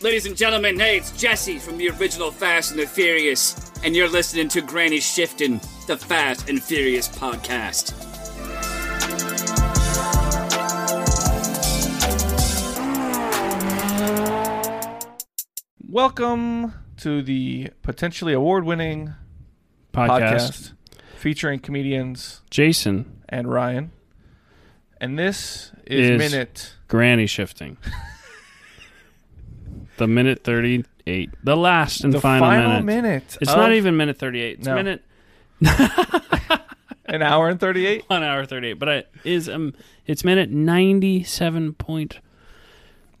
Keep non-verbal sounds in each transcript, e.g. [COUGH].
Ladies and gentlemen, hey, it's Jesse from the original Fast and the Furious, and you're listening to Granny Shifton, the Fast and Furious podcast. Welcome to the potentially award winning podcast. featuring comedians Jason, and Ryan. And this is, Is- minute. granny shifting. the minute 38. The last and The final, final minute. It's of not even minute 38. It's No. minute an hour and 38. 1 hour 38, but it is um it's minute 97 point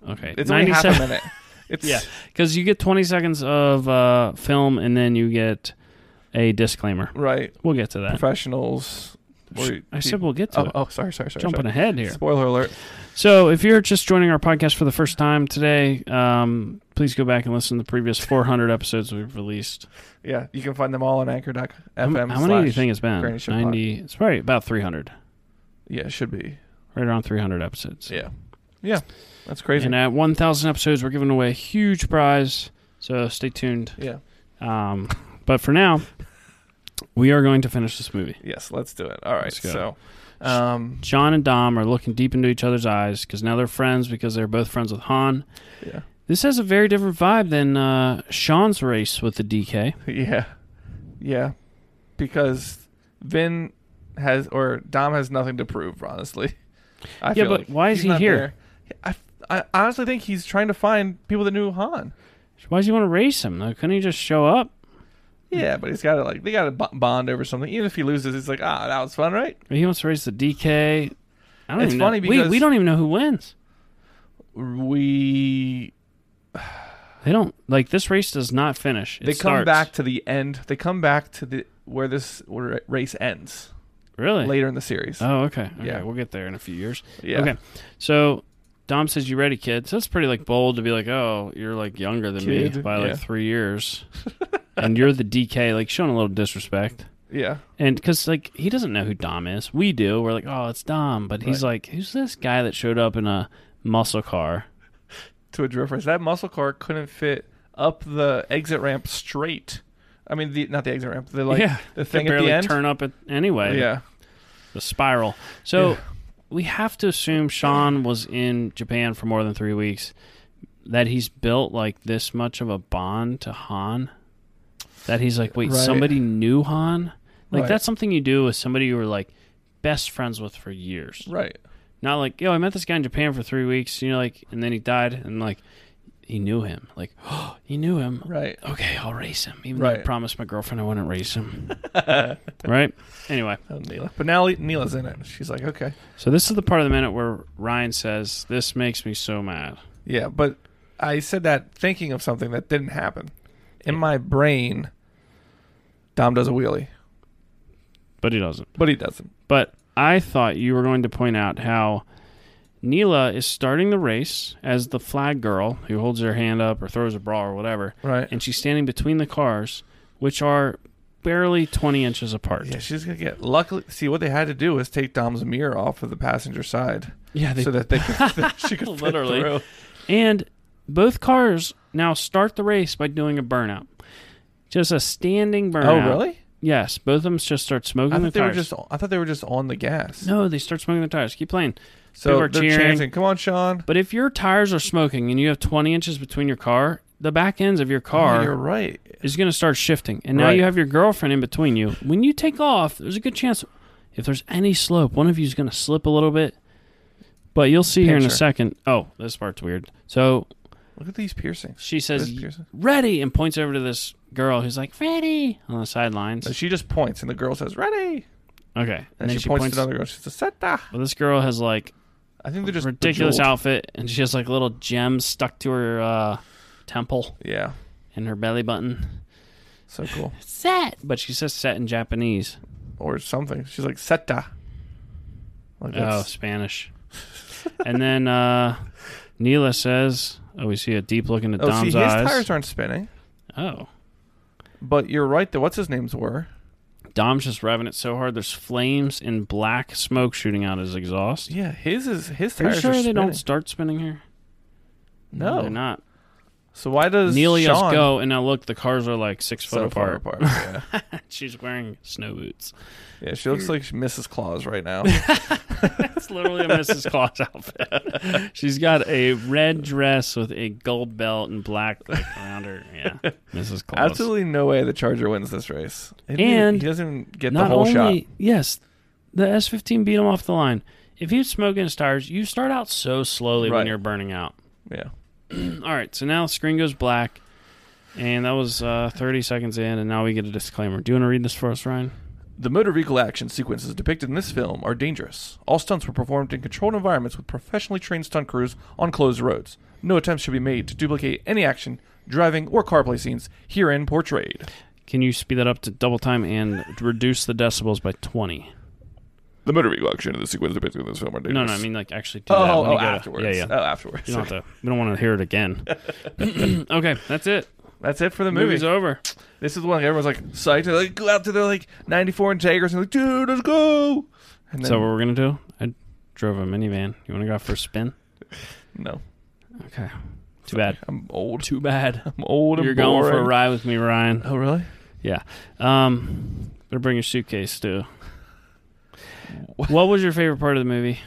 Okay. It's only half a 97 [LAUGHS] minute. It's Yeah, cuz you get 20 seconds of uh film and then you get a disclaimer. right. We'll get to that. Professionals. or I said people- we'll get to Oh, it. oh, sorry, sorry, sorry. Jumping sorry. ahead here. Spoiler alert. So, if you're just joining our podcast for the first time today, um, please go back and listen to the [LAUGHS] previous 400 episodes we've released. Yeah, you can find them all on anchor.fm. How, m- how many do you slash- think it's been? Granny Ship 90. It's probably about 300, Yeah, it should be. right around 300 episodes. Yeah. Yeah. That's crazy. And uh, at 1,000 episodes, we're giving away a huge prize. So, stay tuned. yeah. Um, but for now, we are going to finish this movie. Yes, let's do it. All right. Let's go. So, um, John and Dom are looking deep into each other's eyes because now they're friends because they're both friends with Han. yeah. This has a very different vibe than uh, Sean's race with the DK. [LAUGHS] Yeah. Yeah. Because Vin has or Dom has nothing to prove, honestly. I Yeah, but why is he's he not here? there. I, I honestly think he's trying to find people that knew Han. Why does he want to race him? though? Couldn't he just show up? Yeah, but he's got to like they got to bond over something. Even if he loses, he's like, ah, that was fun, right? He wants to race the DK. I don't It's even funny know. because- we, we don't even know who wins. We They don't like this race does not finish. It they come starts. back to the end. They come back to the where this where race ends really later in the series. Oh, okay. okay. Yeah. we'll get there in a few years. yeah. Okay, so Dom says, "You ready, kid?" So it's pretty like bold to be like, "Oh, you're like younger than me Kid, by yeah. like three [LAUGHS] years, and you're the DK." Like showing a little disrespect, Yeah. and because like he doesn't know who Dom is, we do. We're like, "Oh, it's Dom," but he's like, "Who's this guy that showed up in a muscle car?" to a drift race. That muscle car couldn't fit up the exit ramp straight. I mean, the not the exit ramp, the like yeah, the they thing at barely the end. turn up at anyway. yeah, the spiral. So Yeah. we have to assume Sean was in Japan for more than three weeks. That he's built like this much of a bond to Han. That he's like, wait, Right. somebody knew Han. Like Right. that's something you do with somebody you were like best friends with for years. right. Not like, yo, I met this guy in Japan for three weeks. You know, like, and then he died, and like, he knew him. Like, [GASPS] oh, he knew him Right. okay, I'll race him. Even though I Right. promised my girlfriend I wouldn't race [LAUGHS] him. [LAUGHS] right? Anyway, Oh, Neela. But now Le- Neela's in it. She's like, okay. so this is the part of the minute where Ryan says, This makes me so mad. Yeah, but I said that thinking of something that didn't happen. In my brain, Dom does a wheelie, But he doesn't. but he doesn't. But I thought you were going to point out how Neela is starting the race as the flag girl who holds her hand up or throws a bra or whatever, Right. and she's standing between the cars, which are barely 20 inches apart. yeah, she's gonna get. Luckily, see what they had to do was take Dom's mirror off of the passenger side, Yeah, they so that they could, [LAUGHS] that she could [LAUGHS] fit Literally. through. And both cars now start the race by doing a burnout. Just a standing Oh, burnout. really? Yes. Both of them just start I smoking thought the they were tires. just. I thought they were just on the gas. No, they start smoking the tires. Keep playing. So People are they're cheering. chanting, "Come on, Sean!" But if your tires are smoking and you have 20 inches between your car, the back ends of your Oh, you're car right. is going to start shifting. And now Right. you have your girlfriend in between you. When you take off, there's a good chance if there's any slope, one of you is going to slip a little bit. But you'll see here in a Picture. second. Oh, this part's weird. So Look at these piercings. she says, This piercing. ready and points over to this girl who's like ready on the sidelines No, she just points, and the girl says, "Ready!" okay and, And, then she, points, to another girl. She says, "Seta." well, this girl has like I think they're just ridiculous bejeweled. outfit and she has like little gems stuck to her uh, temple Yeah, and her belly button so cool. set but she says set in japanese or something. She's like, "Seta." Like oh that's, spanish and then uh neela says oh we see a deep look into oh, see, dom's his eyes tires aren't spinning. oh But you're right. That what's his names were. dom's just revving it so hard there's flames and black smoke shooting out his exhaust Yeah, his is his Are you tires sure are they spinning. don't start spinning here No. they're not. So why does Nelios Sean go, and now look, the cars are like six foot so far apart. apart? Yeah. [LAUGHS] She's wearing snow boots. yeah, she looks like Mrs. Claus [LAUGHS] right now. It's literally a Mrs. Claus outfit. [LAUGHS] She's got a red dress with a gold belt and black like, around her. [LAUGHS] Yeah, Mrs. Claus. Absolutely no way the Charger wins this race. He didn't even- And he doesn't even get the Not whole only shot. yes, the S15 beat him off the line. If you smoke in his tires, you start out so slowly when Right. you're burning out. [CLEARS THROAT] Yeah. All right, so now screen goes black, and that was uh, 30 seconds in, and now we get a disclaimer. Do you want to read this for us, Ryan? The motor vehicle action sequences depicted in this film are dangerous. All stunts were performed in controlled environments with professionally trained stunt crews on closed roads. No attempts should be made to duplicate any action, driving, or carplay scenes herein portrayed. Can you speed that up to double time and reduce the decibels by 20? The motor vehicle action in the sequence depicted in this film are dangerous. No, no, I mean like actually do Oh, that. oh, when you go to- afterwards. yeah, yeah. Oh, afterwards. You don't have to. We don't want to hear it [LAUGHS] again. [CLEARS THROAT] okay, that's it. That's it for the movie. Movie's over. This is when everyone's like psyched. They like, go out to their like 94 Integras and like, dude, let's go. And then, So what we're gonna do? I drove a minivan. You want to go out for a spin? no, Okay. Too bad. I'm old. Too bad. [LAUGHS] I'm old and You're going for a boring. ride with me, Ryan. Oh, really? Yeah. Um, better bring your suitcase too. What was your favorite part of the movie?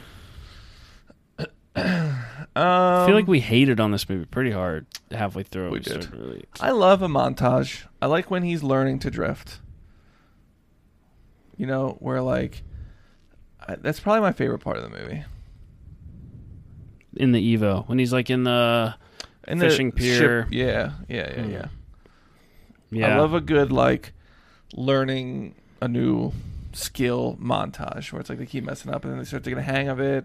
I feel like we hated on this movie pretty hard halfway through. Um, We started did. Really, I love a montage. I like when he's learning to drift. You know, where like I, that's probably my favorite part of the movie. in the Evo when he's like in the And Fishing the pier. Ship, yeah, yeah, yeah, Hmm. yeah. yeah. I love a good like learning a new skill montage where it's like they keep messing up and then they start taking a hang of it.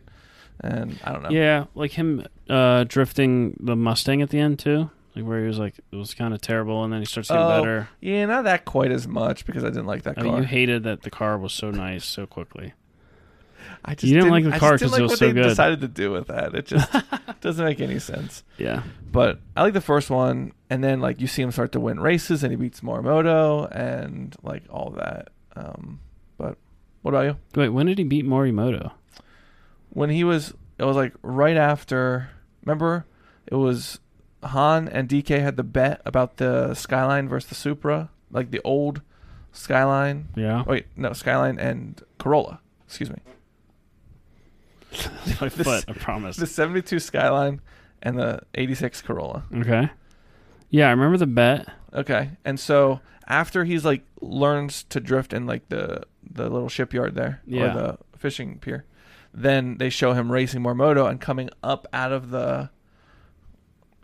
And I don't know. Yeah, like him uh, drifting the Mustang at the end too, like where he was like it was kind of terrible, and then he starts getting Oh, better. Yeah, not that quite as much because I didn't like that I car. mean, you hated that the car was so nice so quickly. I just you didn't like the I just car didn't 'cause it like was what so they good. decided to do with that. It [LAUGHS] [LAUGHS] just [LAUGHS] doesn't make any sense. Yeah, But I like the first one, and then like you see him start to win races, and he beats Morimoto, and like all that. Um, but what about you? wait, when did he beat Morimoto? When he was, it was like right after. Remember, it was Han and DK had the bet about the Skyline versus the Supra, like the old Skyline. Yeah, [LAUGHS] Wait, no, Skyline and Corolla. Excuse me, my [LAUGHS] this- foot. I promise. the '72 Skyline and the '86 Corolla. okay. Yeah, I remember the bet. [GASPS] Okay. And so after he's like learns to drift in like the the little shipyard there Yeah. or the fishing pier, then they show him racing Mormoto and coming up out of the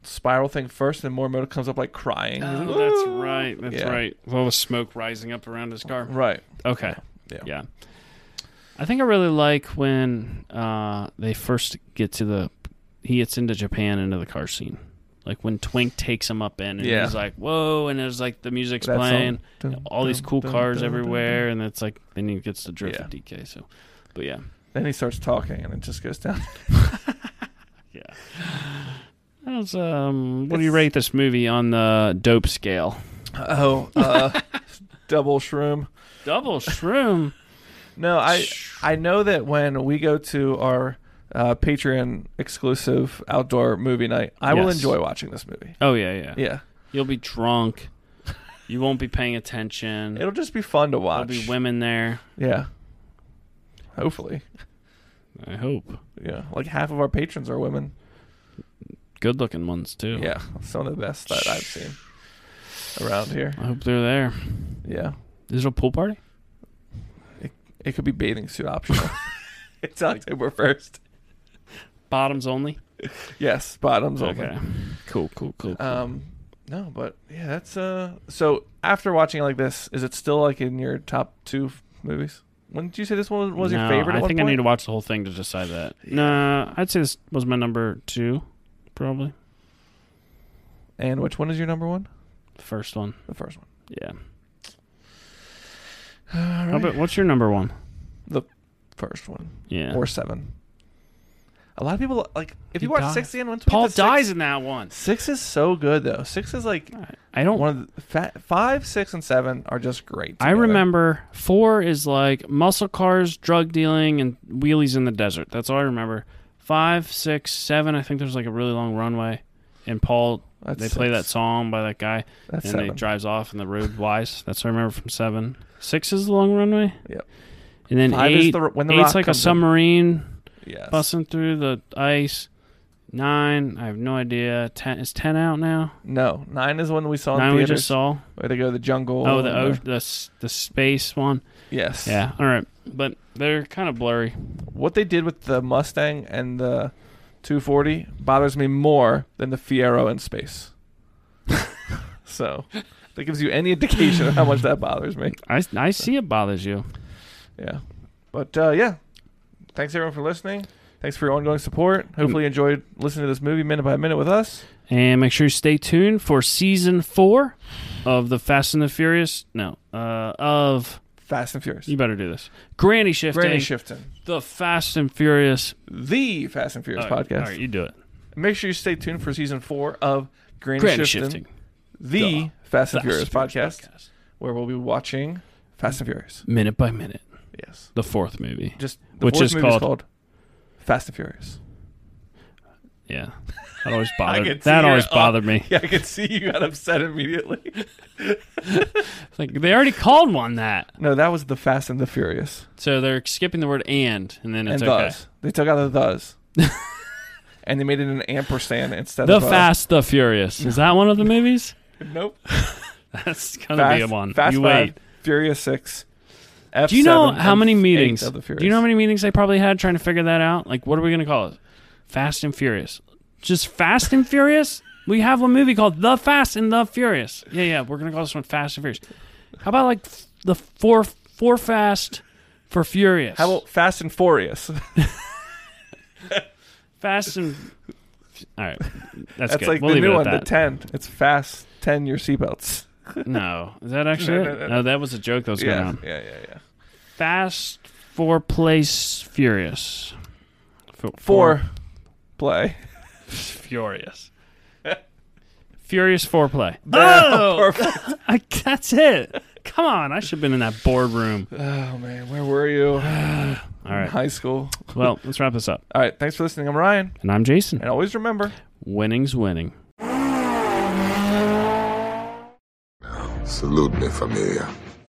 spiral thing first, and Mormoto comes up like crying. He's like, Oh, that's "Ooh." right. That's Yeah. right. With all the smoke rising up around his car. Right. Okay. Yeah. Yeah. I think I really like when uh, they first get to the. He gets into Japan into the car scene. Like when Twink takes him up in and Yeah. he's like, whoa. And there's like the music's That song. playing. Dun, all these dun, cool dun, cars dun, dun, everywhere. And it's like, then he gets to drift Yeah. with DK. So, but yeah. Then he starts talking and it just goes down. Yeah. That was, um, what do you It's- rate this movie on the dope scale? oh, uh, [LAUGHS] double shroom. Double shroom. [SIGHS] No, I I know that when we go to our uh, Patreon exclusive outdoor movie night, I will Yes. enjoy watching this movie. [LAUGHS] Oh, yeah, yeah. Yeah. You'll be drunk. You won't be paying attention. It'll just be fun to There'll watch. be women there. Yeah. Hopefully. I hope. Yeah. Like half of our patrons are women. Good looking ones too. Yeah. Some of the best that I've seen around here. I hope they're there. Yeah. Is it a pool party? It could be bathing [LAUGHS] suit optional. [LAUGHS] it's October 1st. Bottoms only. Yes. Bottoms Okay. only. Cool, cool, cool. cool. Um, no, but yeah, that's uh. So after watching it like this, is it still like in your top two f- movies? When did you say this one was your No, favorite? I at one think I point? need to watch the whole thing to decide that. Nah, I'd say this was my number two, probably. And which one is your number one? The first one. The [SIGHS] first one. Yeah. All How right. about what's your number one? First one Yeah. or seven. A lot of people like if He you watch died. six and once we get Paul to six- dies in that one. Six is so good though. Six is like I don't one of the fa- five, six, and seven are just great. I together. remember four is like muscle cars, drug dealing, and wheelies in the desert. That's all I remember. Five, six, seven. I think there's like a really long runway, and Paul That's they play that six. song by that guy, That's and seven. he drives off in the road wise. That's what I remember from seven. Six is the long runway. Yep. And then Five is eight, the ro- when the rock eight's like a comes in. submarine yes. busting through the ice. Nine, I have no idea. Ten is ten out now. No, nine is the one that we saw. Nine in we theaters, just saw. Where they go to the jungle. Oh, the and o- the s- the space one. yes. Yeah. All right, but they're kind of blurry. What they did with the Mustang and the 240 bothers me more than the Fiero [LAUGHS] in space. so, if that gives you any indication of how much that bothers me. I I see it bothers you. Yeah. But uh, yeah, thanks everyone for listening. Thanks for your ongoing support. Hopefully, you enjoyed listening to this movie minute by minute with us. And make sure you stay tuned for season four of the Fast and the Furious. No, uh, of Fast and Furious. you better do this. Granny shifting. Granny Shifton, The Fast and Furious the Fast and Furious All right, podcast. All right, you do it. Make sure you stay tuned for season four of Granny, Granny Shifton, shifting. the Duh. Fast and Fast Furious and Furious podcast, where we'll be watching Fast and Furious. minute by minute. Yes. The fourth movie. Just the Which fourth is movie called- Fast and Furious. Yeah, that [LAUGHS] always could bothered. see that your always up- bothered me. [LAUGHS] Yeah, I could see you got upset [LAUGHS] immediately. It's Like they already called one that, No, that was the Fast and the Furious. so they're skipping the word and, and then it's and okay. thus. They took out [LAUGHS] the thus. and they made it an ampersand instead The of a- Fast, the Furious. Is that one of the movies? [LAUGHS] Nope. That's gonna Fast, be a one. Fast you five, wait. Furious six. F7, Do you know how and many eight meetings? Of the Do Furious. you know how many meetings they probably had trying to figure that out? Like, what are we going to call it? Fast and Furious. Just Fast and Furious? We have a movie called The Fast and the Furious. Yeah, yeah, we're going to call this one Fast and Furious. How about like f- the four four fast for furious? How about Fast and Furious? [LAUGHS] fast and All right. That's, That's good. like we'll the leave new it one, at the that. 10. It's fast 10 your seatbelts. no. Is that actually No, it? no, no, no, that was a joke that was going Yeah, on. yeah, yeah, yeah. Fast for place furious. For, Four play. Furious. [LAUGHS] Furious [LAUGHS] foreplay. Oh! I, [LAUGHS] that's it. Come on, I should have been in that boardroom. Oh man, where were [SIGHS] you? All right. High school. Well, let's wrap this up. All right, thanks for listening. I'm Ryan, And I'm Jason. and always remember. Winning's winning. Salute me, familia.